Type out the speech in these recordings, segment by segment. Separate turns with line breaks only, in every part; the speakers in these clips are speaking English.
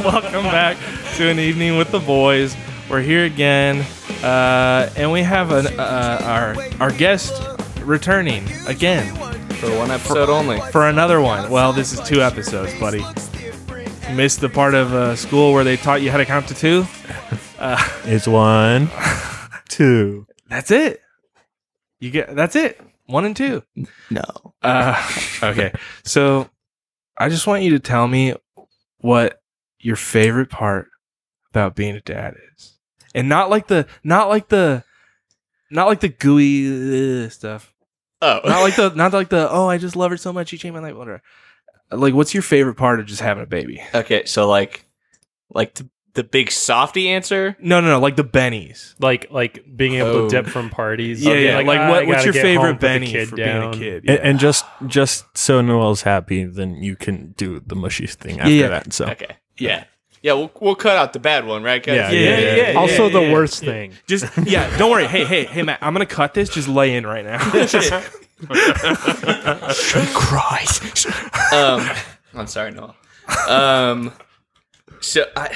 Welcome back to an evening with the boys. We're here again, uh, and we have an, uh, our our guest returning again
For one episode only.
for another one. Well, this is two episodes, buddy. Missed the part of uh, school where they taught you how to count to two. Uh,
It's one, two.
That's it. You get that's it. One and two.
No.
Uh, okay. So I just want you to tell me what your favorite part about being a dad is. And not like the not like the not like the gooey uh, stuff.
Oh.
Not like the not like the oh I just love her so much she changed my life whatever. Like what's your favorite part of just having a baby?
Okay, so like, like the, the big softy answer.
No, no, no, like the bennies.
like like being able
Oh.
to dip from parties.
Yeah,
Be
yeah. Like,
"Ah, I
what, what's
gotta
your
get home,
favorite
put the
Benny
kid
for
down."
being a kid?
And, and just just so Noel's happy, then you can do the mushy thing after
Yeah, yeah.
that. So
Okay. Yeah. Yeah, we'll, we'll cut out the bad one, right, guys?
Yeah, Yeah, yeah, yeah, yeah.
yeah,
also
yeah,
the
yeah.
worst thing.
Just yeah, don't worry. Hey, hey, hey, Matt. I'm gonna cut this. Just lay in right now.
um, I'm sorry, Noel. Um, so I,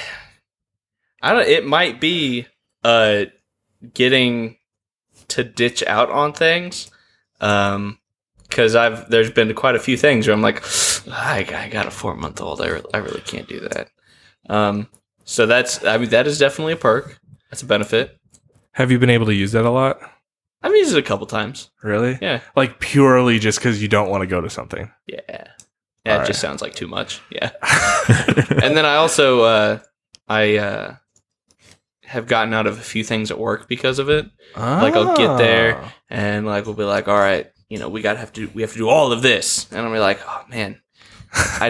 I don't. It might be uh, getting to ditch out on things, um, because I've there's been quite a few things where I'm like, I, I got a four month old. I, re- I really can't do that. Um, so that's I mean that is definitely a perk. That's a benefit.
Have you been able to use that a lot?
I've used it a couple times.
Really?
Yeah,
Like purely just because you don't want to go to something.
yeah. Yeah, it
Alright.
just sounds like too much. Yeah. and then I also uh, I uh, have gotten out of a few things at work because of it, Like, I'll get there.
Ah.
and like we'll be like, all right, you know, we gotta have to we have to do all of this, and I'll be like, oh man, I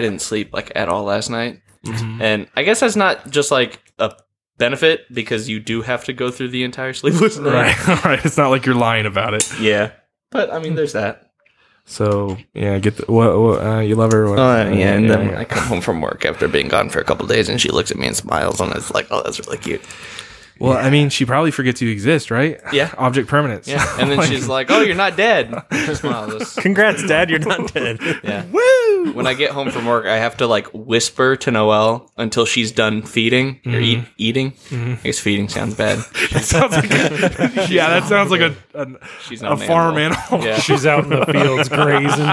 didn't sleep like at all last night,
Mm-hmm.
and I guess that's not just like a benefit because you do have to go through the entire sleepless night.
Right. All right. It's not like you're lying about it.
Yeah, but I mean, there's that.
So yeah, get the what, what uh, you love her. What,
Oh, yeah, and then
yeah.
I come home from work after being gone for a couple days, and she looks at me and smiles, and it's like, oh, that's really cute.
well, I mean, she probably forgets you exist, right?
Yeah.
Object permanence.
Yeah, and then she's like, "Oh, you're not dead." She smiles.
Congrats, Dad! You're not dead.
Yeah.
"Woo!"
When I get home from work, I have to like whisper to Noelle until she's done feeding or eat, eating. I guess feeding sounds bad.
That sounds like a, yeah, that sounds like a a,
She's not
a farm animal.
Yeah,
She's out in the fields grazing.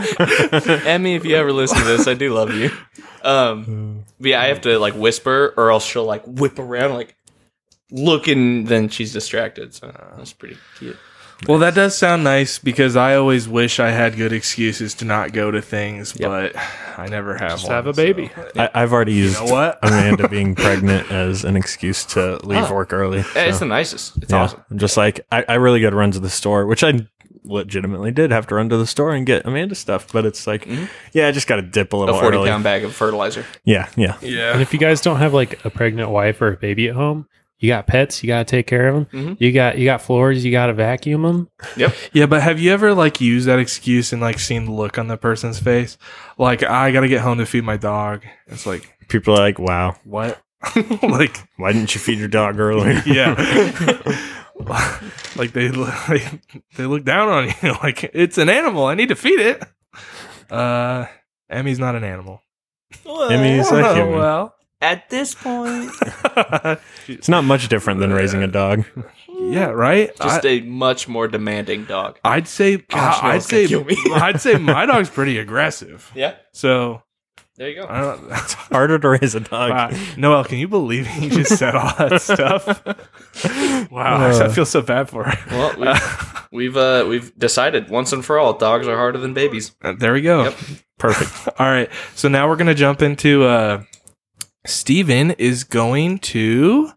Emmy, if you ever listen to this, I do love you. Um, but yeah, I have to like whisper, or else she'll like whip around, like look, and then she's distracted. So uh, that's pretty cute.
Well, that does sound nice because I always wish I had good excuses to not go to things, but I never have.
Just
one,
have a
so-
baby.
I, I've already used
You know what?
Amanda being pregnant as an excuse to leave
Ah.
work early.
Hey, It's
So,
the nicest. It's
yeah.
awesome.
I'm just like I, I really got to run to the store, which I legitimately did have to run to the store and get Amanda stuff. But it's like, yeah, I just got to dip a
A
little
forty
early.
pound bag of fertilizer.
Yeah, yeah.
And
Yeah.
if you guys don't have like a pregnant wife or a baby at home, you got pets, you got to take care of them.
Mhm.
You got you got floors, you got to vacuum them.
Yeah, but have you ever like used that excuse and like seen the look on the person's face? Like, I gotta get home to feed my dog. It's like,
People are like, wow,
what? like,
why didn't you feed your dog earlier?
yeah. like they like, they look down on you like it's an animal. I need to feed it. Uh Emmy's not an animal. Oh,
Emmy's a human.
well.
At this point,
It's not much different than raising a dog.
yeah, right?
just a much more demanding dog.
I, I'd say
Gosh,
I,
no,
would
it's gonna
say
kill me.
I'd say my dog's pretty aggressive.
Yeah,
So
there you go.
I don't know.
Harder to raise a dog.
Wow. Noel, can you believe he just said all that stuff? wow,
Uh.
I feel so bad for her.
Well, we've we've, uh, we've decided once and for all, dogs are harder than babies.
Uh, there we go.
Yep.
Perfect.
All right, so now we're gonna jump into uh, Steven is going to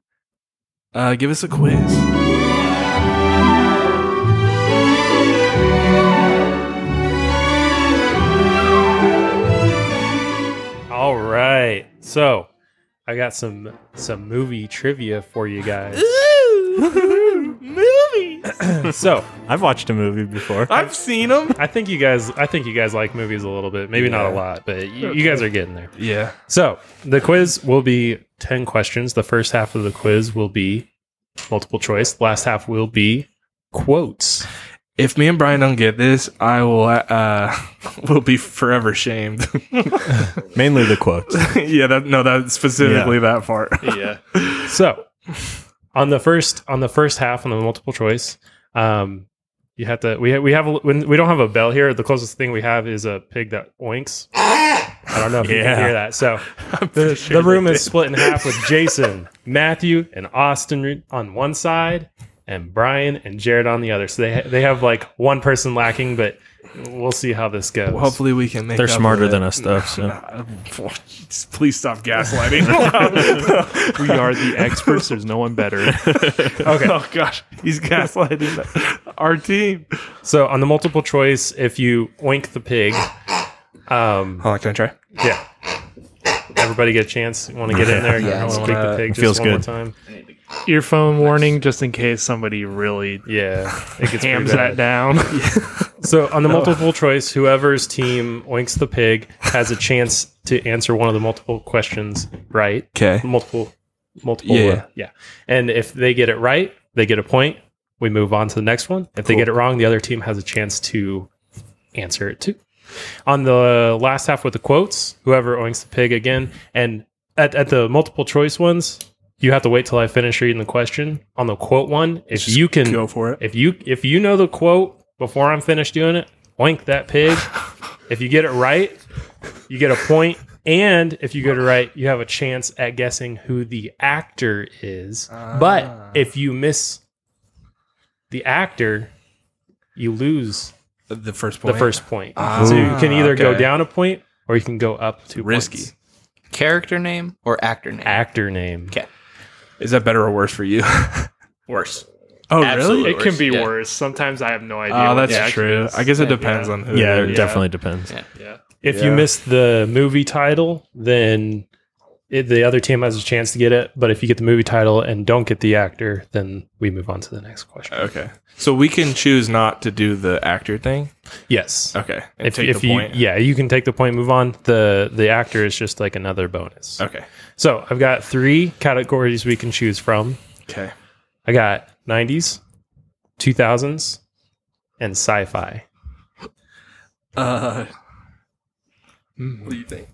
uh, give us a quiz.
All right. So, I got some some movie trivia for you guys.
Movies.
so,
I've watched a movie before.
I've seen them.
I think you guys I think you guys like movies a little bit. Maybe not a lot, but you, you guys are getting there.
Yeah.
So the quiz will be 10 questions. The first half of the quiz will be multiple choice. Last half will be quotes.
If me and Brian don't get this, I will uh will be forever shamed.
Mainly the quotes.
yeah, that no, that specifically that part.
yeah.
So, on the first on the first half on the multiple choice, um, you have to we ha- we have a, when, we don't have a bell here. The closest thing we have is a pig that oinks. I don't know if you
Yeah.
can hear that. So the, the room is split in half with Jason, Matthew, and Austin on one side, and Brian and Jared on the other. So they ha- they have like one person lacking, but we'll see how this goes.
Well, hopefully we can make.
They're
up
smarter
with it.
than us, though, so.
Nah, please stop gaslighting.
We are the experts. There's no one better.
okay.
oh gosh, he's gaslighting our team.
So on the multiple choice, if you oink the pig, um,
Hold on, can I try?
yeah, everybody get a chance. Want to get in there?
Yeah, I
yeah,
wanna-
the pig just
Feels
one more
good.
time.
Earphone warning, just in case somebody really
Yeah, it gets
hams
pretty
that
bad.
down.
So on
Oh.
the multiple choice, whoever's team oinks the pig has a chance to answer one of the multiple questions right.
Okay.
Multiple, multiple.
Yeah.
uh, yeah. And if they get it right, they get a point. We move on to the next one. If they get it wrong, the other team has a chance to answer it too. On the last half with the quotes, whoever oinks the pig again, and at, at the multiple choice ones, you have to wait till I finish reading the question. On the quote one, if you can
Go for it.
if you if you know the quote before I'm finished doing it, oink that pig. if you get it right, you get a point, and if you get it right, you have a chance at guessing who the actor is.
Ah.
But if you miss the actor, you lose
The first
the
point.
first point.
Ah,
so you can either go
okay.
down a point or you can go up two
Risky.
points.
Character name or actor name?
Actor name.
Okay.
Is that better or worse for you?
Worse.
oh,
Absolutely.
really?
it can be
Yeah.
worse. Sometimes I have no idea.
Oh,
what
that's
the action
true.
is.
I guess it depends
Yeah.
on who.
Yeah,
it
it
is.
definitely depends.
Yeah.
Yeah.
If
Yeah.
you miss the movie title, then it, the other team has a chance to get it. But if you get the movie title and don't get the actor, then we move on to the next question.
Okay. So we can choose not to do the actor thing.
yes.
Okay. And
If, if you yeah, you can take the point, move on. The the actor is just like another bonus.
Okay.
So I've got three categories we can choose from.
Okay.
I got nineties, two thousands, and sci fi.
Uh, What do you think?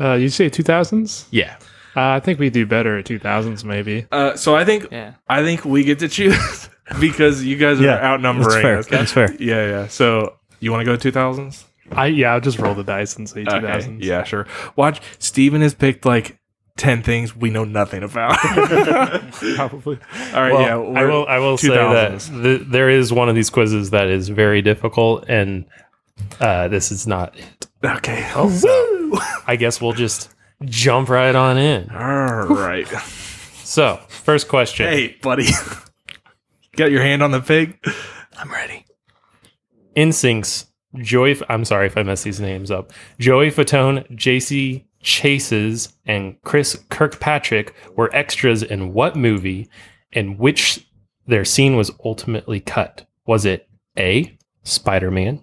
Uh, you say 2000s?
Yeah.
Uh, I think we do better at 2000s, maybe.
Uh, so I think
Yeah.
I think we get to choose because you guys are
Yeah,
outnumbering
that's fair.
us.
That's fair.
Yeah, yeah. So you want to go two thousands?
I yeah, I'll just roll the dice and say 2000s.
Okay. Yeah, sure. Watch. Steven has picked like ten things we know nothing about.
probably.
All right. yeah.
Well, I
we're-
will. I will say that
2000s.
th- there is one of these quizzes that is very difficult, and uh, this is not. it.
Okay. Woo!
I guess we'll just jump right on in.
All right.
So, first question:
Hey, buddy. Got your hand on the pig?
I'm ready.
Instincts. Joey. F- I'm sorry if I messed these names up. Joey Fatone, J.C. Chases, and Chris Kirkpatrick were extras in what movie? In which their scene was ultimately cut? Was it A. Spider Man,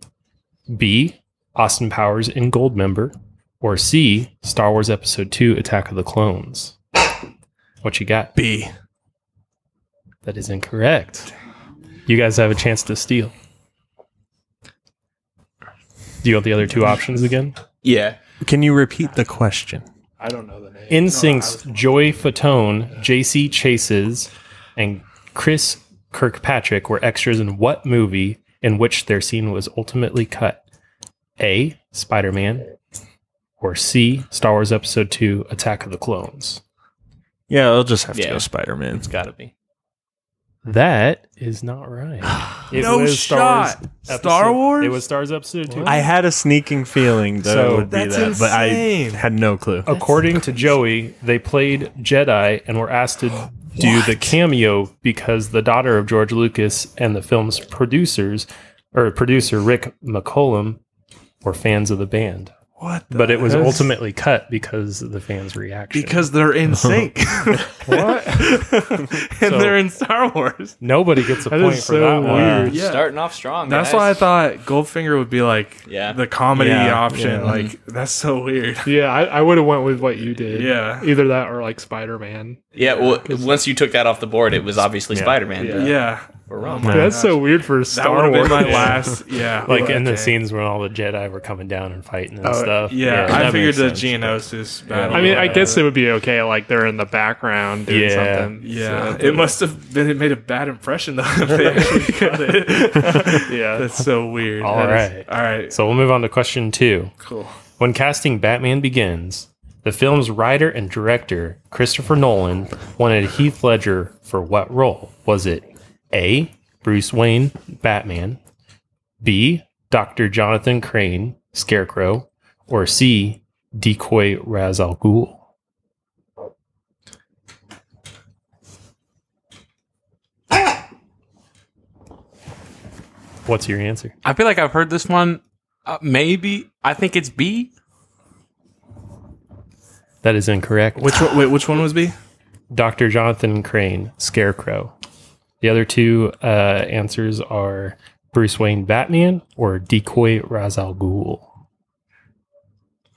B. Austin Powers in Goldmember, or C. Star Wars Episode Two: Attack of the Clones? What you got?
B.
That is incorrect. You guys have a chance to steal. Do you want the other two options again?
Yeah.
Can you repeat the question?
I don't know the name.
Instincts, Joy Fatone, JC Chases, and Chris Kirkpatrick were extras in what movie in which their scene was ultimately cut? A. Spider Man, or C. Star Wars Episode 2 Attack of the Clones?
Yeah, I'll just have to
Yeah.
go Spider Man.
It's gotta be.
That is not right. It
No shot. Star
episode-
Wars?
It was Star Wars Episode 2.
I had a sneaking feeling that
So-
it would be
That's
that, but I
insane.
had no clue.
According to Joey, they played Jedi and were asked to do the cameo because the daughter of George Lucas and the film's producers, or producer Rick McCollum, were fans of the band.
What? the-
But it was ultimately cut because of the fans' reaction.
because they're in sync. what? and they're in Star Wars.
nobody gets a
That
point
is
for
so
that
weird.
one.
Yeah.
Starting off strong.
That's
guys.
why I thought Goldfinger would be like
Yeah.
the comedy
Yeah,
option.
yeah.
Like that's so weird.
Yeah, I, I would have went with what you did.
Yeah.
either that or like Spider Man.
Yeah, well, once you took that off the board, it was obviously Spider Man.
Yeah.
or wrong.
No.
That's so weird for
that
Star
would have
Wars.
been my
Yeah.
last. Yeah,
Like in the
okay.
scenes when all the Jedi were coming down and fighting and
Oh,
stuff.
Yeah,
that
I
makes
figured the
sense.
Geonosis battle.
I mean, I
was-
guess it would be okay. Like they're in the background doing
Yeah.
something.
Yeah,
So-
it must have been. It made a bad impression though. If they actually got it.
Yeah.
that's so weird.
All
That is-
right.
all right,
So we'll move on to question two.
cool.
When casting Batman Begins, the film's writer and director, Christopher Nolan, wanted Heath Ledger for what role? Was it A. Bruce Wayne, Batman, B. Dr. Jonathan Crane, Scarecrow, or C. Decoy Raz Al Ghul? What's your answer?
I feel like I've heard this one. Uh, maybe I think it's B.
That is incorrect.
Which one, wait, which one was B?
Dr. Jonathan Crane, Scarecrow. The other two uh, answers are Bruce Wayne Batman or Decoy Ra's al Ghul.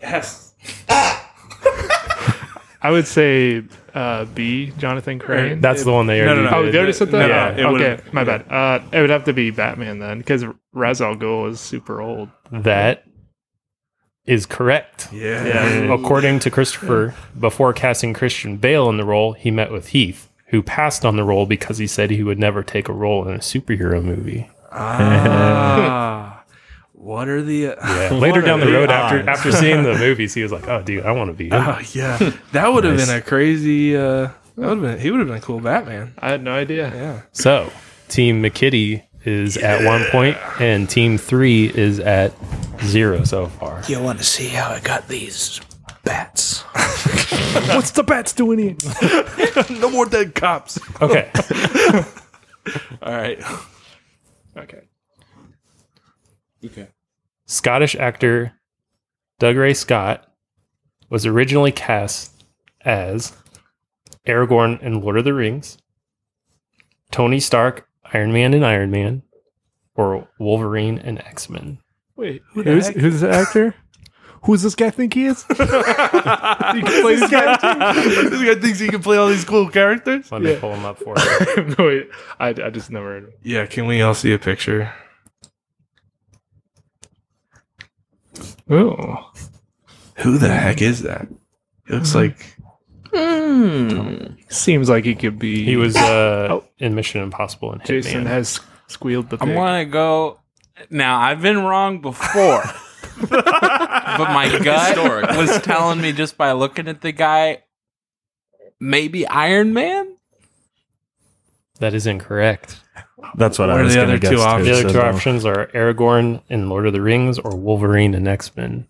Yes.
I would say uh, B, Jonathan Crane.
That's the one they
No,
already
no, no.
Oh, they already said that.
No, no, it
okay,
would've-
my bad. Uh, it would have to be Batman then, because Ra's al Ghul is super old.
did. That is correct.
Yeah.
According to Christopher, before casting Christian Bale in the role, he met with Heath, who passed on the role because he said he would never take a role in a superhero movie.
Ah, what are the?
Later
What
down
are
the
the
road, after
odds?
after seeing the movies, he was like, "Oh, dude, I want to be." him."
Ah, yeah, that would have
Nice.
been a crazy. Uh, that would have been. He would have been a cool Batman.
I had no idea.
Yeah.
So, Team McKitty is at one point, and Team Three is at zero so far.
You want to see how I got these bats?
What's the bats doing here? no more dead cops.
Okay.
All right.
Okay.
Okay.
Scottish actor Doug Ray Scott was originally cast as Aragorn in Lord of the Rings, Tony Stark, Iron Man and Iron Man, or Wolverine and X Men.
Wait,
the
who's
heck?
who's the actor? Who's this guy think he is? He can play this guy.
this guy thinks he can play all these cool characters.
Let me
Yeah.
pull him up for you.
Wait, I, I just never heard of him.
Yeah. Can we all see a picture?
Oh.
Who the heck is that? He
Mm-hmm.
looks like.
Seems like he could be
He was uh,
Oh.
in Mission Impossible and Hitman.
Jason has squealed the
I
pig.
want to go. Now I've been wrong before, but my gut
Historic.
was telling me just by looking at the guy, maybe Iron Man.
that is incorrect.
That's what,
What
I
are
was
the
going
other
to
two
guess. too,
options?
The other
so
two
no.
options are Aragorn in Lord of the Rings or Wolverine in X Men.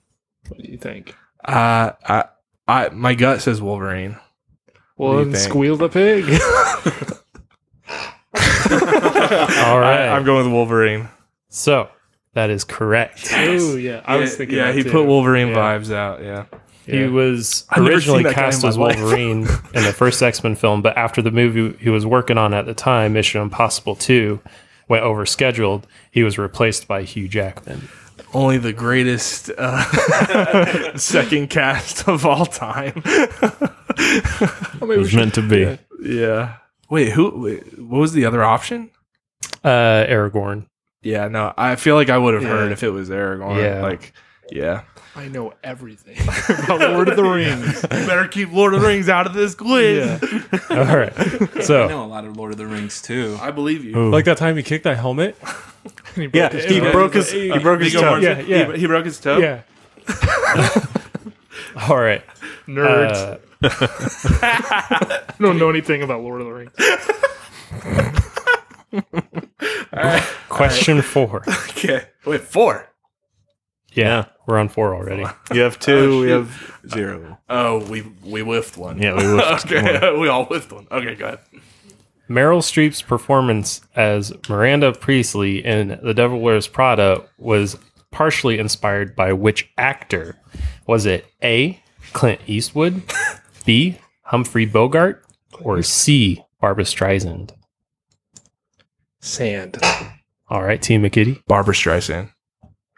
what do you think?
Uh, I, I, my gut says Wolverine. do
Well,
you
then
think?
squeal the pig.
All right.
I, am going with Wolverine.
so that is correct.
oh yeah, I was thinking.
Yeah,
that
he
too.
put Wolverine
Yeah.
vibes out. Yeah.
He
Yeah.
was
I've never
originally
seen that guy
cast
in my
as
life.
Wolverine in the first X Men film, but after the movie he was working on at the time, Mission Impossible 2, went over scheduled, he was replaced by Hugh Jackman.
Only the greatest uh, second cast of all time.
It was meant to be.
yeah. Wait, who? Wait, what was the other option?
Uh, Aragorn.
Yeah, no, I feel like I would have
Yeah.
heard if it was Aragorn.
Yeah.
Like, yeah.
I know everything about Lord of the Rings.
You better keep Lord of the Rings out of this quiz.
All right.
I
So,
know a lot of Lord of the Rings too.
I believe you.
Ooh.
that time he kicked that helmet?
And he broke
yeah,
his
he
toe.
broke his he broke his
Viggo
toe.
Mortensen?
Yeah, yeah.
He, he broke his toe.
Yeah. All right.
Nerds
Uh,
don't know anything about Lord of the Rings.
question four.
Okay. Wait, four.
Yeah, we're on four already.
You have two. we have zero.
Oh, we we whiffed one.
Yeah, we whiffed
okay, we all whiffed one. Okay, go ahead.
Meryl Streep's performance as Miranda Priestley in The Devil Wears Prada was partially inspired by which actor? Was it A. Clint Eastwood, B. Humphrey Bogart, or C. Barbara Streisand?
Sand.
All right, Team McKitty.
Barbara Streisand.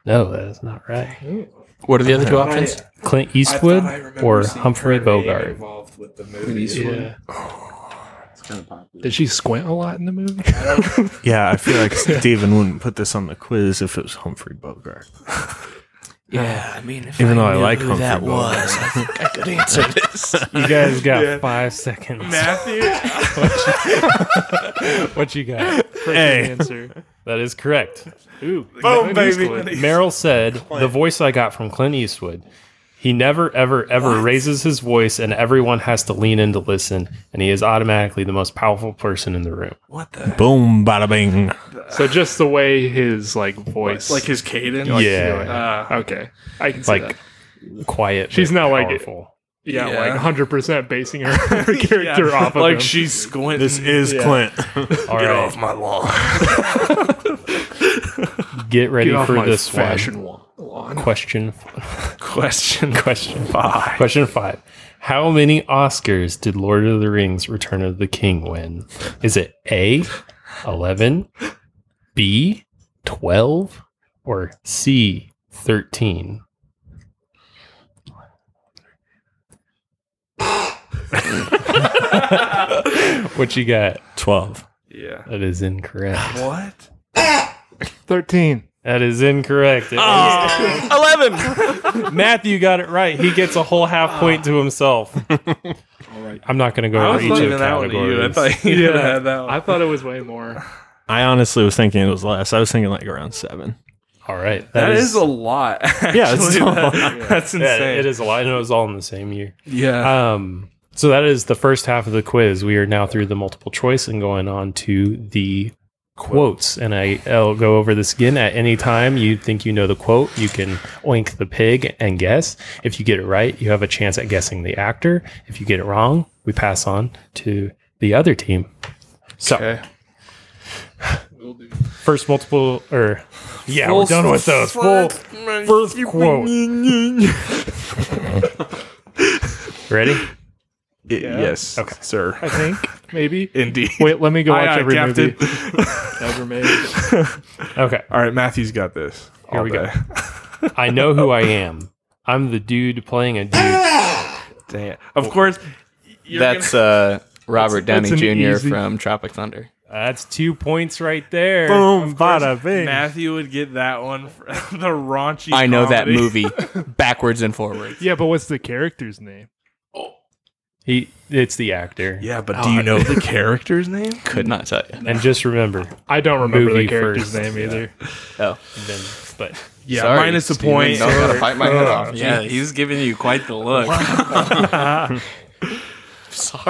No, that is not right.
What are the other two options?
Clint Eastwood or Humphrey Bogart?
Involved with the
Clint Eastwood.
kind of popular.
Did she squint a lot in the movie?
Yeah, I feel like Steven wouldn't put this on the quiz if it was Humphrey Bogart.
Yeah, I mean, if
Even
I
though I
knew
like
who
Humphrey
that
Bogart.
was, I think I could answer this.
You guys got five seconds. what you got?
Hey.
Answer. That is correct. Ooh,
Oh,
Boom, baby.
Meryl said, "The voice I got from Clint Eastwood. He never, ever, ever raises his voice, and everyone has to lean in to listen. And he is automatically the most powerful person in the room.
What the?
Boom, bada bing.
so just the way his like voice,
Like his cadence?
like,
Yeah.
uh, okay, I can see
Like
that.
quiet.
She's
but
not like-
powerful.
Yeah,
yeah.
like 100 percent basing her, her character off of
Like
him.
she's squinting.
This is
Yeah.
Clint.
All
Get
right,
off my lawn.
get ready
Get off
for
my
this one.
fashion wa- lawn.
Question.
Question.
Question five. Question five. How many Oscars did Lord of the Rings Return of the King win? Is it A, 11, B, 12, or C, 13? what you got?
12.
Yeah.
That is incorrect.
What?
13.
That is incorrect. It is- Matthew got it right. He gets a whole half point to himself.
All right.
I'm not going to go
I
over
was
each of the
leaving that one to you. I
categories.
thought you would have had that one.
I thought it was way more.
I honestly was thinking it was less. I was thinking like around seven.
All right,
that is, a lot.
it's
actually.
a lot.
That- that's
yeah,
insane.
it is a lot. I know it was all in the same year.
Yeah.
Um, so that is the first half of the quiz. We are now through the multiple choice and going on to the quotes. And I, I'll go over this again at any time you think you know the quote. You can oink the pig and guess. If you get it right, you have a chance at guessing the actor. If you get it wrong, we pass on to the other team. So, first multiple or yeah, we're done with those. Full first quote. Ready?
Yes. Okay. Sir.
I think maybe.
Indeed.
Wait, let me go watch
Aye, aye,
every
Captain.
movie ever made.
Okay.
All right, Matthew's got this.
Here
all
we go.
day.
I know who I am. I'm the dude playing a dude.
Dang it. Of course. you're
That's uh, Robert Downey
that's an
Jr.
easy-
from Tropic Thunder.
That's two points right there.
Boom, bada
gonna-
bing.
Matthew would get that one. For the raunchy.
I know that
comedy.
movie backwards and forwards.
Yeah, but what's the character's name?
He, it's the actor.
Yeah,
Oh,
but do you know the character's name?
Could not tell you.
And just remember,
I don't remember
Movie
the character's
first,
name either.
Oh,
then, but
Yeah,
Sorry,
minus a
Steven,
point.
Don't gotta bite my head off.
Yeah, he's giving you quite the look.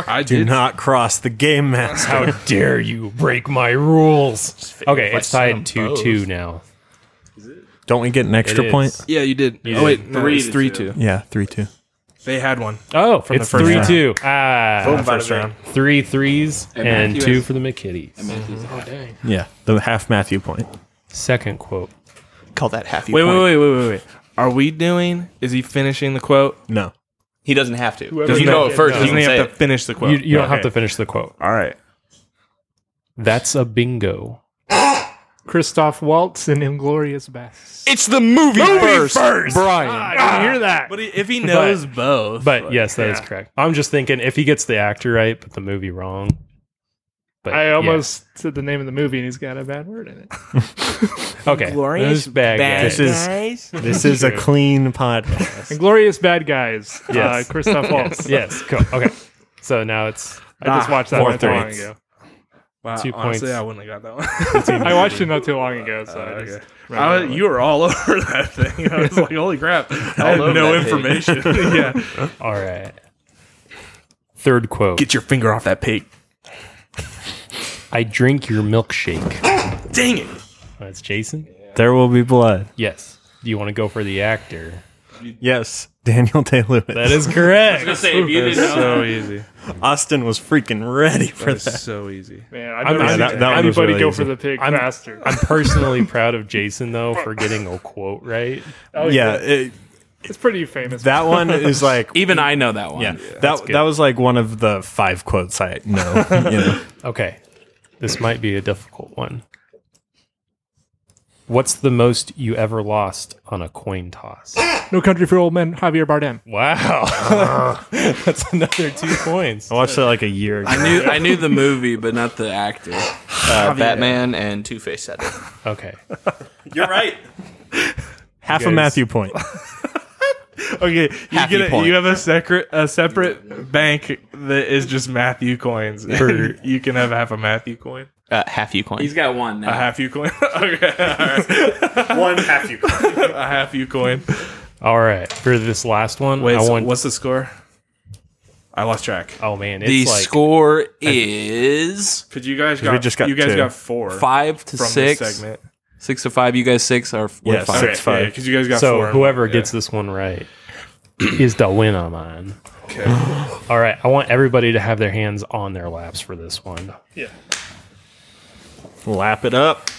I
Do
did.
not cross the game master.
how dare you break my rules? Okay,
if I
it's tied
said
two
them
two now.
Don't we get an extra
It
point?
is.
Yeah, you did.
You
oh
did.
wait, no,
Three
it's
to
three
two.
two.
Yeah, three, two.
They had one.
Oh, it's
the first
three
round.
two. Ah,
First round.
three threes and,
Matthew
two
has-
for the McKitties.
Yeah, the half Matthew point.
Second quote.
Call that half you
Wait,
point.
wait, wait, wait, wait, wait. Are we doing? Is he finishing the quote?
No.
He doesn't have to.
Whoever
If you
Doesn't
know
have-
it first, you
Doesn't
can
he
say
have to
it.
finish the quote?
you you don't have
okay.
to finish the quote.
All right.
That's a bingo.
Christoph Waltz and Inglorious Bastards.
It's the movie, first.
Brian.
I didn't hear that.
But he- if he knows both,
But yes, that is correct. I'm just thinking if he gets the actor right, but the movie wrong. But
I
yeah.
almost said the name of the movie and he's got a bad word in it.
okay. Those bad guys.
This is this is a clean podcast.
Inglorious Bad Guys.
Yes.
Uh, Christoph Waltz.
yes, cool. Okay, so now it's
I just watched that
four
not too long
threes.
ago.
wow, honestly,
two points.
I wouldn't have got that one.
I watched it not too long ago, so I
Uh, okay.
just
I was- you were all over that thing. I was like, holy crap! I had
over
no
that pig.
information. yeah,
all right. Third quote:
get your finger off that pig.
"I drink your milkshake." Oh,
Dang it!
That's Jason.
There will be blood.
Yes. Do you want to go for the actor?
Yes, Daniel Day Lewis.
That is correct.
So easy.
Austin was freaking ready for
That is
that.
so easy.
Man, I've never
yeah,
seen
that-
that one was
anybody
really
go
easy.
for the pig faster.
I'm personally proud of Jason though for getting a quote right.
Oh,
yeah, it,
it's pretty famous.
that one is like
Even I know that one.
yeah, that that was like one of the five quotes I know. you know.
Okay, this might be a difficult one. What's the most you ever lost on a coin toss?
No Country for Old Men, Javier Bardem.
Wow. That's another two points.
I watched that like a year ago.
I knew I knew the movie, but not the actor.
Uh, Batman and Two Face had it.
Okay.
You're right.
Half a
guys-
Matthew point.
Okay, you
Happy
get a,
point.
you have a separate a separate bank that is just Matthew coins. and you can have half a Matthew coin,
Uh, half you coin.
He's got one
a
now.
half you coin. okay, all right.
One half you.
a half you coin.
All right. For this last one,
Wait,
I
so
want.
what's the score? I lost track.
oh, man. It's
the
like
score is
Because you guys
we
got,
just got
you guys
two.
got four
five to
from this
six.
segment.
Six to five. You guys six are we're
Yes.
five.
Six, five.
Because you guys got
so
four.
whoever
Yeah.
gets this one right is the winner, man.
Okay.
All right. I want everybody to have their hands on their laps for this one.
Lap it up.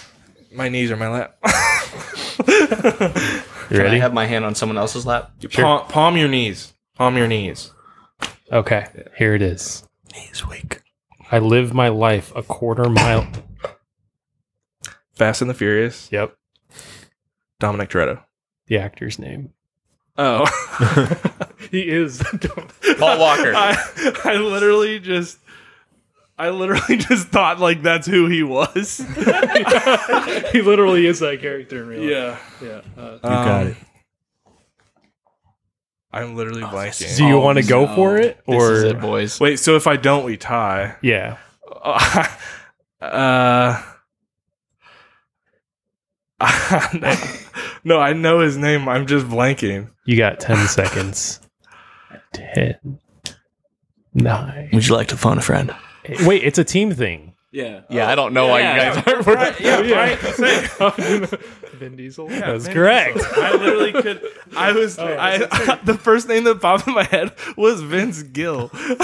my knees are my lap.
You
Can I
ready?
have my hand on someone else's lap?
palm, palm your knees. Palm your knees.
Okay. Here it is. He's weak. I live my life a quarter mile.
Fast and the Furious.
yep.
Dominic Toretto.
The actor's name.
Oh.
He is.
Paul Walker.
I, I literally just I literally just thought like that's who he was.
he literally is that character in real life. Yeah. Uh,
You
got it.
Um, I'm literally blanking.
Do you
Oh,
want to go
no.
for it
This
or
is it, boys.
Wait, so if I don't we tie.
yeah?
Uh No, I know his name. I'm just blanking.
You got ten seconds. Ten. Nine.
Would you like to phone a friend?
Wait, it's a team thing.
Yeah.
Yeah, I don't know why you guys aren't.
Yeah,
Vin Diesel.
That's correct.
I literally could. I was.
Oh,
I, the first name that popped in my head was Vince Gill. like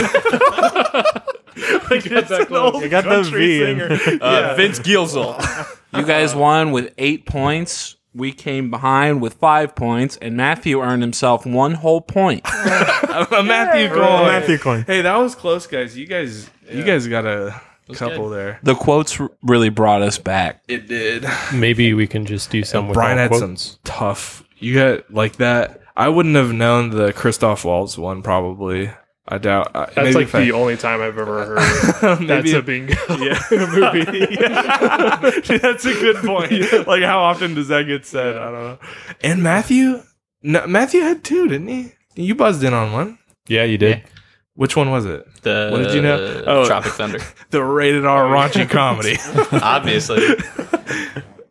it's
that
an
close.
old
You got the
country
V in.
singer.
Uh, Vince Gielzel.
You guys won with eight points. We came behind with five points, and Matthew earned himself one whole point.
a Matthew
Oh,
Cole.
Matthew coin.
Hey, that was close, guys. You guys, you guys got a couple there.
The quotes r- really brought us back.
It did.
Maybe we can just do some.
Oh, Brian
without
had
quote-
some tough. You got like that. I wouldn't have known the Christoph Waltz one. Probably. I doubt. I-
That's
maybe
like
if I-
the only time I've ever heard that's
maybe
a bingo
Yeah.
in a movie.
Dude, that's a good point. Like, how often does that get said? I don't know. And Matthew, no, Matthew had two, didn't he? You buzzed in on one.
Yeah, you did.
Which one was it?
The
What did you know? Oh.
Tropic Thunder.
The rated R raunchy comedy.
Obviously,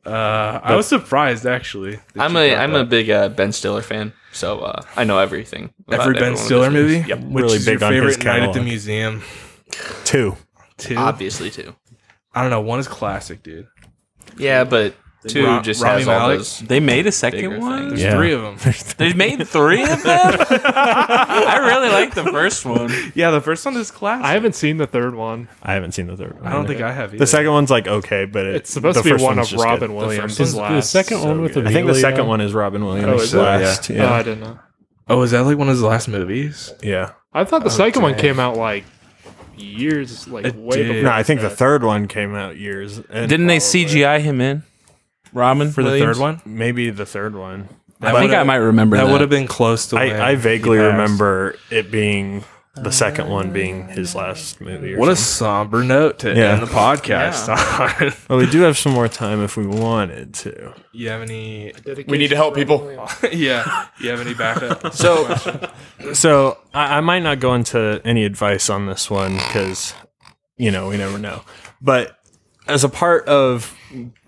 Uh, I was surprised actually. that
I'm
you
a
brought
I'm
that
a big uh, Ben Stiller fan, so uh, I know everything.
up.
about
every
every one
Ben
of his
Stiller
movies.
movie.
Yep.
Which
Really
is
big
your
on his
favorite night at the
catalog.
museum.
Two.
Two.
Obviously, too.
I don't know. One is classic, dude.
Yeah, but two
Ro-
just
Rami
has all
Malek?
those.
They made a second
Bigger
one.
things.
There's
Yeah.
three of them.
They made three of them. I really like the first one.
yeah, the first one is classic.
I haven't seen the third one.
I haven't seen the third one.
I don't
either.
think I have. Either.
the second one's like okay, but it,
It's supposed
the
to be
first
one
one's
of
just
Robin
good.
Williams'
Is the
last.
second one with the
I think the second
Amelia?
one is Robin Williams.
Oh, is it?
last.
Oh,
Yeah.
I didn't know.
Oh, is that like one of his last movies?
yeah.
I thought the second one
dang.
came out like years, like
It
way
did.
before.
No, I think the
that.
third one came out years. And
Didn't they CGI him in? Robin
For the third one,
Maybe the third one.
I think I might remember that.
that would have been close to. when
I, I
he
vaguely
passed.
remember it being the second one being his last movie. Or
What a
something.
somber note to
Yeah.
end the podcast on.
Well, we do have some more time if we wanted to.
You have any?
We need to help people.
Yeah. You have any backup?
So, so I, I might not go into any advice on this one because, you know, we never know. But as a part of,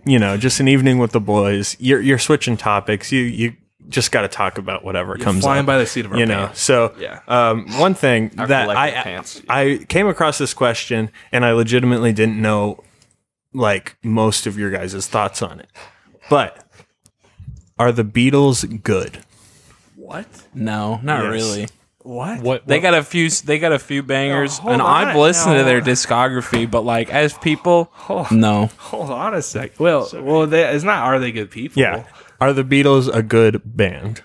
you know, just an evening with the boys, you're you're switching topics. You you just got to talk about whatever comes
flying
up,
by the seat of our
you know.
pants.
So,
Yeah.
um, one thing that I
collective pants.
I came across this question and I legitimately didn't know like most of your guys' thoughts on it, but. Are the Beatles good?
No, not
Yes.
really.
What?
What,
They got a few. They got a few bangers,
hold
and I've
on,
listened to
no.
their discography. But like as people, no.
Hold on a sec. Well, well, they, it's not. Are they good people?
Yeah. Are the Beatles a good band?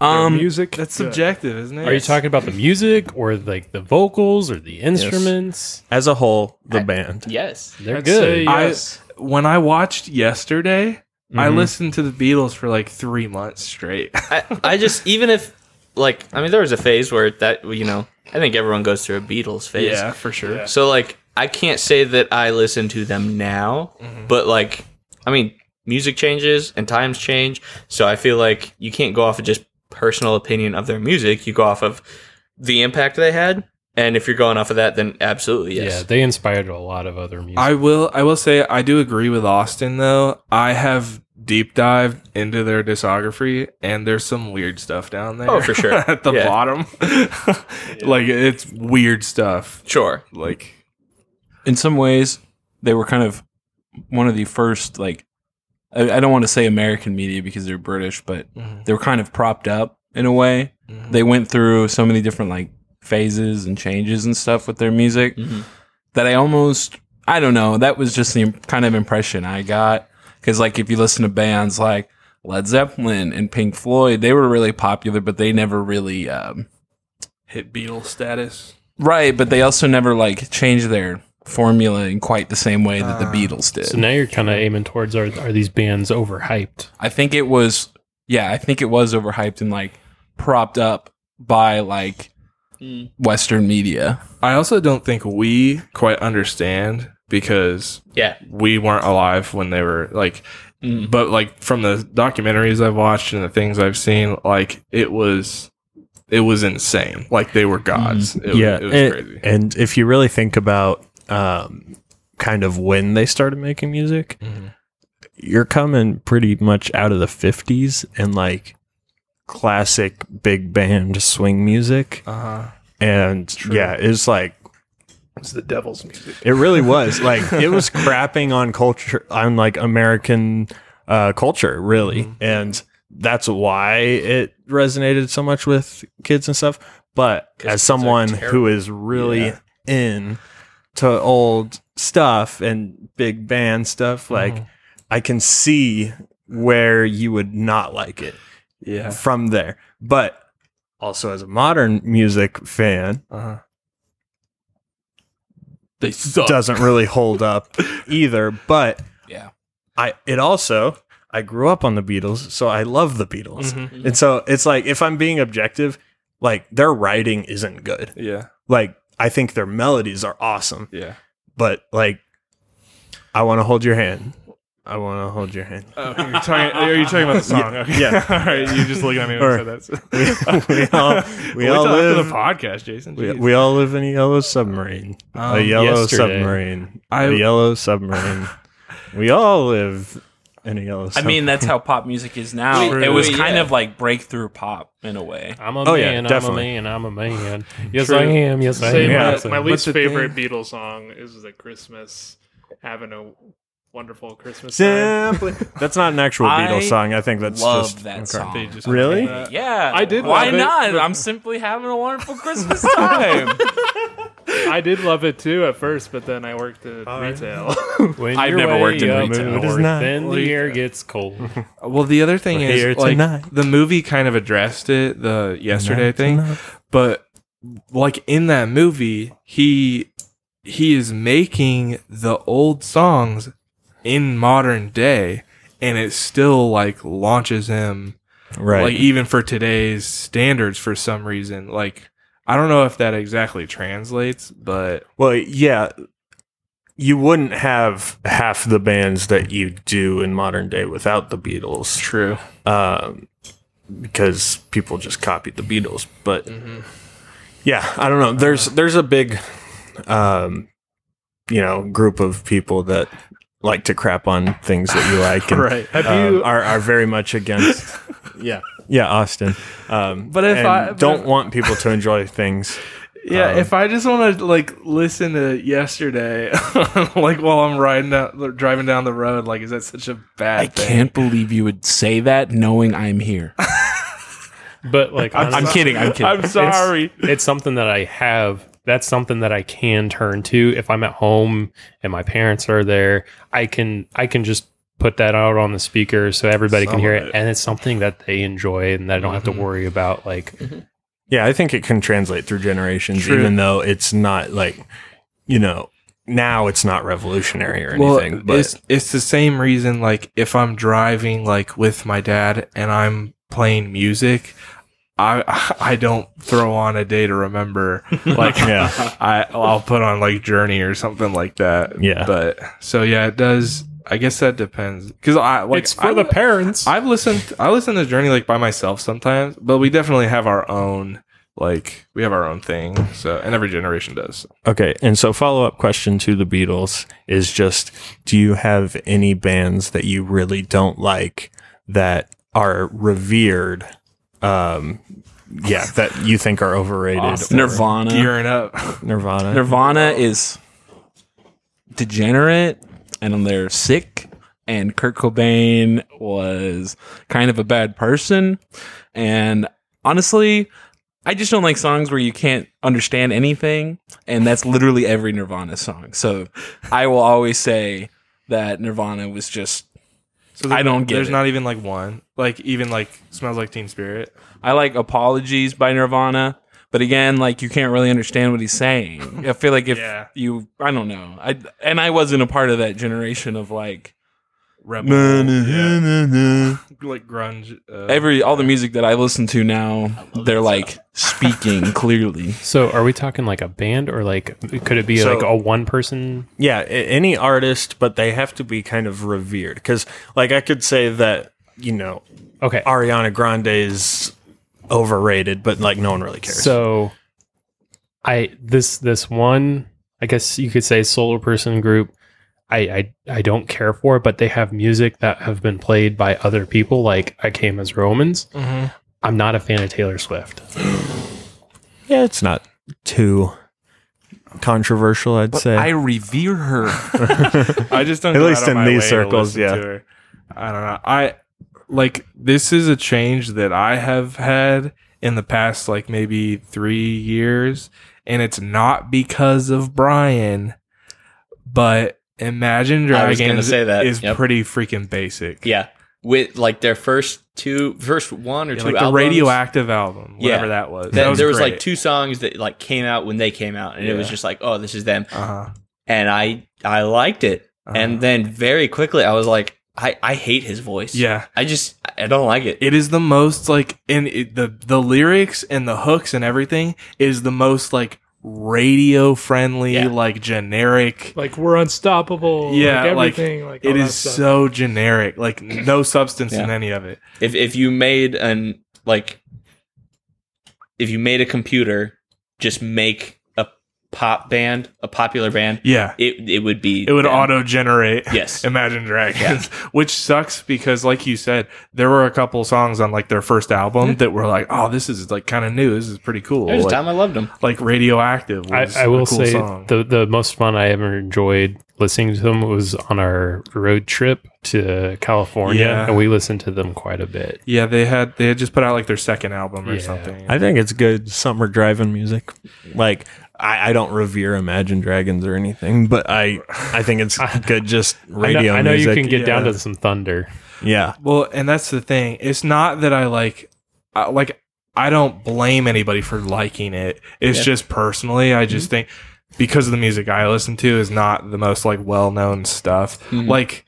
Um,
music.
That's subjective, isn't it?
Are you talking about the music or like the vocals or the instruments?
As a whole, the band.
Yes.
They're
I'd
good.
say
I
yes.
when I watched yesterday, I
Mm-hmm.
Mhm.
listened to the Beatles for like three months straight.
I, I just even if like I mean there was a phase where that you know I think everyone goes through a Beatles phase.
for sure.
So like I can't say that I listen to them now,
Mm-hmm.
but like I mean music changes and times change, so I feel like you can't go off of just personal opinion of their music. You go off of the impact they had, and if you're going off of that, then absolutely
Yeah,
yes.
they inspired a lot of other music.
I will. I will say I do agree with Austin though. I have deep dived into their discography, and there's some weird stuff down there.
Oh, for sure.
at the
Yeah.
bottom, like it's weird stuff.
Sure.
Like
in some ways, they were kind of one of the first, like, I, I don't want to say American media because they're British, but they were kind of propped up in a way. They went through so many different, like, phases and changes and stuff with their music
Mhm.
that I almost, I don't know, that was just the im- kind of impression I got. Because, like, if you listen to bands like Led Zeppelin and Pink Floyd, they were really popular, but they never really, um,
hit Beatle status.
Right, but they also never like changed their formula in quite the same way that the Beatles did.
so now you're kind of aiming towards are are these bands overhyped?
I think it was yeah, I think it was overhyped and like propped up by like Hmm.
Mm.
Western media.
I also don't think we quite understand because
Yeah.
we weren't alive when they were like
Mm.
but like from the documentaries I've watched and the things I've seen, like it was it was insane. Like they were gods. It,
yeah,
was, it was
and,
crazy.
and if you really think about um, kind of when they started making music, you're coming pretty much out of the 50s and like classic big band swing music.
Uh-huh.
And yeah, it's like
It's the devil's music.
It really was. Like it was crapping on culture on like American uh culture, really. And that's why it resonated so much with kids and stuff. But
'Cause
as
kids are
someone who
terrible.
is really in to old stuff and big band stuff, like I can see where you would not like it
Yeah.
from there. But also as a modern music fan,
Uh-huh. They suck.
doesn't really hold up either. But
Yeah.
I it also I grew up on the Beatles, so I love the Beatles, and so it's like if I'm being objective, like their writing isn't good.
Yeah.
Like I think their melodies are awesome,
Yeah.
but like I want to hold your hand. I want to hold your hand.
Oh, you're talking, are you talking about the song?
Yeah.
Okay.
Yeah.
All right. You're just looking at me when
Or-
I said
we,
that.
we all we
Wait
all
till after the
live.
podcast, Jason.
We,
Jeez.
we all live in a yellow submarine. a
Um,
yellow
yesterday,
submarine.
I-
a yellow submarine. we all live in a yellow
I
submarine.
mean, that's how pop music is now.
True.
It was
Yeah.
kind of like breakthrough pop in a way.
I'm a
Oh, yeah,
man. I'm a
definitely.
man. I'm a man. Yes,
True.
I am. Yes, I
Say
am.
my-
Yes, I
my,
am.
least
the thing-
favorite Beatles song is the Christmas, having a wonderful Christmas time.
Simply. That's not an actual Beatles
I
song. I think that's
Love
just
that
okay.
song.
They just-
Really?
Uh,
Yeah,
I did
Why
love it,
not?
but-
I'm simply having a wonderful Christmas time.
I did love it too at first, but then I worked at retail.
When
I've
you're
never
way
worked in
up
retail. It is
north,
not
Then the air gets cold.
Well, the other thing
We're here
is like
tonight.
the movie kind of addressed it, the yesterday
Not
thing,
enough.
but like in that movie, he he is making the old songs in modern day, and it still like launches him
Right.
like even for today's standards for some reason. Like I don't know if that exactly translates, but
well, yeah. You wouldn't have half the bands that you do in modern day without the Beatles.
true.
um, because people just copied the Beatles. But
Mm-hmm.
yeah, I don't know. There's there's a big, um, you know, group of people that like to crap on things that you like and
Right.
Have
um,
you-
are are very much against. yeah, yeah, Austin. Um,
But if
and
I- but
don't
if-
want people to enjoy things,
Yeah,
Um,
if I just want to like listen to yesterday, like while I'm riding down, driving down the road, like is that such a bad?
I can't believe you would say that knowing I'm here.
But like,
I'm
honestly,
kidding. I'm kidding.
I'm sorry.
it's something that I have. That's something that I can turn to if I'm at home and my parents are there. I can I can just put that out on the speaker so everybody can hear it, Mm-hmm. and it's something that they enjoy and that I don't have to worry about. Like,
yeah, I think it can translate through generations, even though it's not like you know now it's not revolutionary or
well,
anything, but
it's, it's the same reason. Like if I'm driving, like with my dad, and I'm playing music, I I don't throw on a day to remember. Like
Yeah.
I I'll put on like Journey or something like that.
Yeah.
but so yeah, it does. I guess that depends because I like
it's for
I-
the parents.
I've listened. I listen to Journey like by myself sometimes, but we definitely have our own. Like we have our own thing. So and every generation does.
Okay, and so follow up question to the Beatles is just do you have any bands that you really don't like that are revered? Um yeah, that you think are overrated.
Nirvana.
Gearing up.
Nirvana.
Nirvana is degenerate and they're sick. And Kurt Cobain was kind of a bad person. And honestly, I just don't like songs where you can't understand anything. And that's literally every Nirvana song. So I will always say that Nirvana was just.
So
I don't get
There's
it.
not even like one. Like even like smells like Teen Spirit.
I like Apologies by Nirvana. But again, like you can't really understand what he's saying. I feel like if
Yeah.
you, I don't know. I and I wasn't a part of that generation of like
Rebel.
Na, na,
Yeah.
na, na, na.
Like grunge. Uh,
Every all the music that I listen to now, they're like speaking clearly.
so, are we talking like a band, or like could it be
So-
like a one person?
yeah, a- any artist, but they have to be kind of revered cuz like I could say that, you know,
Okay,
Ariana Grande is overrated, but like no one really cares.
So I this this one I guess you could say solar person group I, I I don't care for, but they have music that have been played by other people. Like I came as Romans.
Mm-hmm.
I'm not a fan of Taylor Swift.
yeah, it's not too controversial, I'd say.
I revere her.
I just don't.
At
go
least
out of
in
my
these
way to
circles,
listen
yeah.
to her. I don't know. I like this is a change that I have had in the past, like maybe three years, and it's not because of Brian, but Imagine
I was gonna
Dragons
say that.
is
Yep.
pretty freaking basic.
Yeah, with like their first two, first one or
Yeah,
two
like
albums,
the radioactive album,
Yeah.
whatever that was.
that-
that
there was like
great.
two songs that like came out when they came out, and it was
Yeah.
just like, oh, this is them,
Uh-huh.
and I I liked it,
Uh-huh.
and then very quickly I was like, I I hate his voice.
yeah,
I just I don't like it.
it is the most like in it, the the lyrics and the hooks and everything is the most like radio friendly
Yeah.
like generic
Like we're unstoppable.
Yeah,
like
like,
everything. Like,
Oh,
all
it
that
is
stuff.
so generic like no substance in
Yeah.
any of it
If if you made an like if you made a computer, just make a pop band, a popular band,
yeah
it it would be
it would
them.
auto generate
Yes.
imagine dragons which sucks because like you said there were a couple songs on like their first album
Mm-hmm.
that were like oh this is like kind of new this is pretty cool
There was a
like,
time I loved him.
like radioactive
I,
was
I will
a cool
say
song.
the the most fun I ever enjoyed listening to them was on our road trip to California,
Yeah.
and we listened to them quite a bit.
yeah they had they had just put out like their second album or
Yeah.
something
I think it's good summer driving music. Like I, I don't revere Imagine Dragons or anything, but I I think it's good just
I know,
radio.
I know you
music.
can get down
yeah.
to some thunder.
yeah.
Well, and that's the thing. It's not that I like, I, like I don't blame anybody for liking it. It's
Yeah. Mm-hmm.
just personally, I just think because of the music I listen to is not the most like well known stuff.
Mhm.
Like,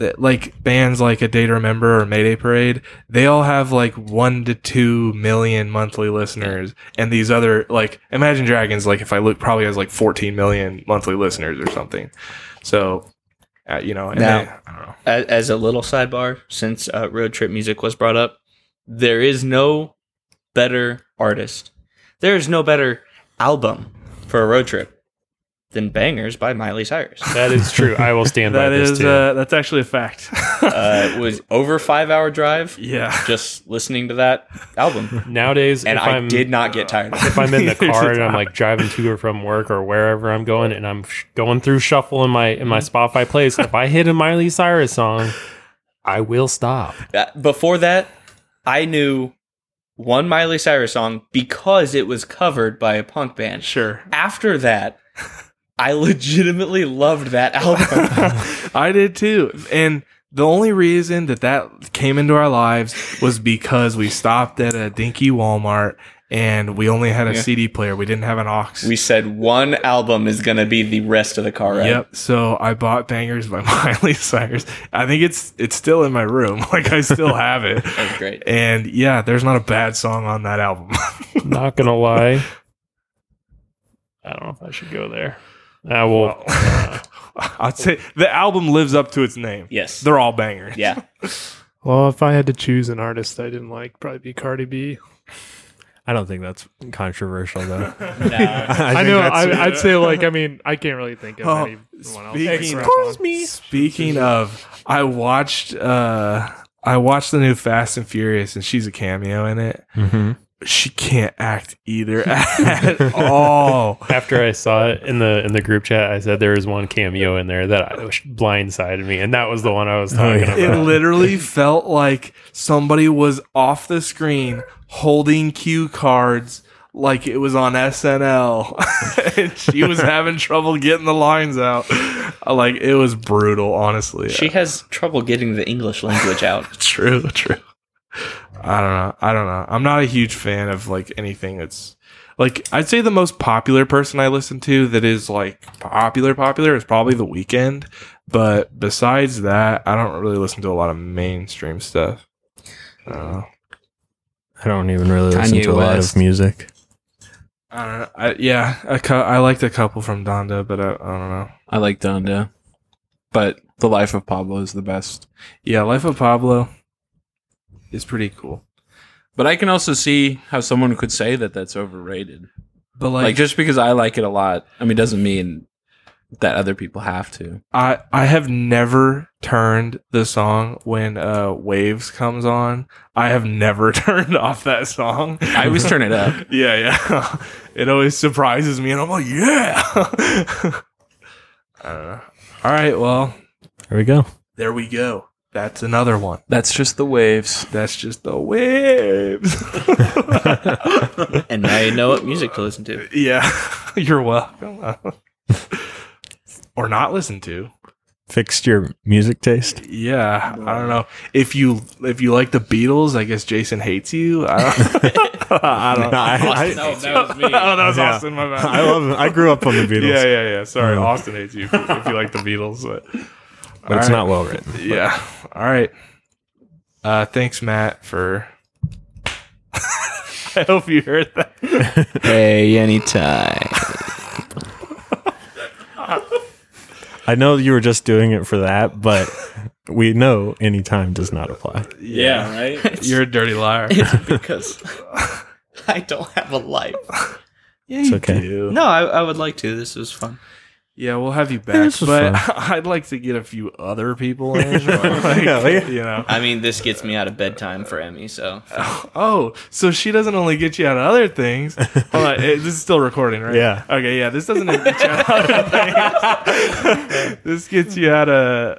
uh, like bands like A Day to Remember or Mayday Parade, they all have like one to two million monthly listeners, and these other like Imagine Dragons, like if I look, probably has like fourteen million monthly listeners or something. So. Uh, you know, and
Now-
they- I don't know.
as, as a little sidebar, since uh, road trip music was brought up, there is no better artist. There is no better album for a road trip than "Bangers" by Miley Cyrus.
That is true. I will stand by
That
this
is
too.
uh, that's actually a fact.
Uh, it was over five hour drive
yeah.
just listening to that album,
Nowadays,
and
if
I
am
did not get tired. Of it.
if I'm in the
Neither
car
did
and I'm like driving to or from work or wherever I'm going, and I'm sh- going through shuffle in my in my Spotify plays, if I hit a Miley Cyrus song, I will stop.
That- Before that, I knew one Miley Cyrus song because it was covered by a punk band.
Sure.
After that, I legitimately loved that album.
I did too. And the only reason that that came into our lives was because we stopped at a dinky Walmart and we only had a
Yeah.
CD player. We didn't have an aux.
We said one album is gonna be the rest of the car ride.
Yep. So I bought Bangers by Miley Cyrus. I think it's it's still in my room. Like I still have it.
That's great.
And yeah, there's not a bad song on that album.
Not gonna lie. I don't know if I should go there. I will.
I'd say the album lives up to its name.
Yes.
They're all bangers.
yeah.
Well, if I had to choose an artist I didn't like, probably be Cardi B.
I don't think that's controversial though.
Nah.
I,
think
know.
that's-
I, I'd say like I mean I can't really think of
Oh,
anyone else.
speaking-
Thanks, Rafa.
Excuse Speaking of, I watched uh I watched the new Fast and Furious and she's a cameo in it.
Mhm.
She can't act either at all.
After I saw it in the in the group chat, I said there was one cameo in there that I, blindsided me, and that was the one I was talking
yeah.
It
about.
literally felt like somebody was off the screen holding cue cards like it was on SNL. and she was having trouble getting the lines out. Like it was brutal, honestly.
She has trouble getting the English language out.
true, true. I don't know. I don't know. I'm not a huge fan of like anything that's like I'd say the most popular person I listen to that is like popular popular is probably The Weekend, but besides that, I don't really listen to a lot of mainstream stuff. I don't know.
I don't even really listen
Kanye
to a lot
West.
of music.
I don't know. I, yeah, a cou- I liked a couple from Donda, but I, I don't know.
I like Donda, but The Life of Pablo is the best.
Yeah, Life of Pablo is pretty cool,
But I can also see how someone could say that that's overrated.
but
Like,
like,
just because I like it a lot, I mean, doesn't mean that other people have to.
I I have never turned the song when uh Waves comes on. I have never turned off that song.
I always turn it up.
yeah, yeah. It always surprises me and I'm like, yeah. I don't know. All right, well,
There we go.
there we go. That's another one.
That's just the waves.
That's just the waves.
And now you know what music to listen to.
yeah. You're welcome. or not listen to.
Fixed your music taste.
Yeah, I don't know if you if you like the Beatles. I guess Jason hates you. I don't. I don't.
No, I, I,
that was me.
Oh, that was
Yeah.
Austin. My bad.
I love. I grew up on the Beatles,
Yeah, yeah, yeah. Sorry,
Yeah.
Austin hates you if, if you like the Beatles. But,
but it's not well written.
Yeah. All right. Uh, thanks, Matt, for. I hope you heard that.
Hey, anytime.
I know you were just doing it for that, but we know any time does not apply.
Yeah, right.
You're a dirty liar.
It's because I don't have a life.
it's
okay.
No, I, I would like to. This was fun.
Yeah, we'll have you back,
This was
but I'd like to get a few other people in. like,
Yeah, yeah.
You know.
I mean, this gets me out of bedtime for Emmy. So
Uh,
Oh, so she doesn't only get you out of other things. Hold on, eh, this is still recording, right?
Yeah.
Okay, yeah, this doesn't get you out of other things. this gets you out of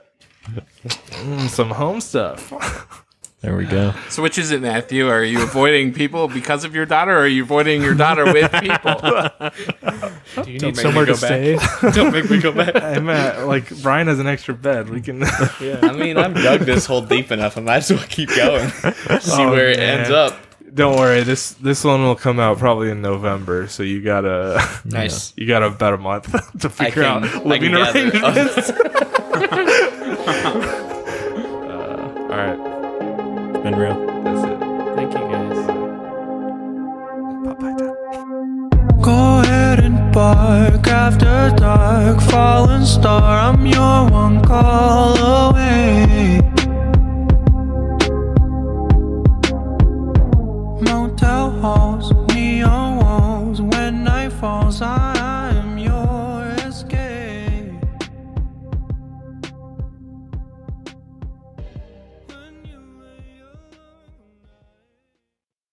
mm, some home stuff.
There we go.
So which is it, Matthew? Are you avoiding people because of your daughter, or are you avoiding your daughter with people?
Do you
Don't
need
make me
somewhere
go
to
back.
stay?
don't make me go back.
Hey, Matt, like Brian has an extra bed. We can.
I mean, I've dug this hole deep enough. I might as well keep going. See
Oh,
where it
man.
ends up.
Don't worry this this one will come out probably in November, so you gotta
Nice.
you got about a month to figure
can- I
out
can
living
gather.
arrangements. uh, all right.
It's been real.
Thank you guys.
Go ahead and bark after dark. Fallen star, I'm your one call away. Motel halls, neon walls. When night falls, I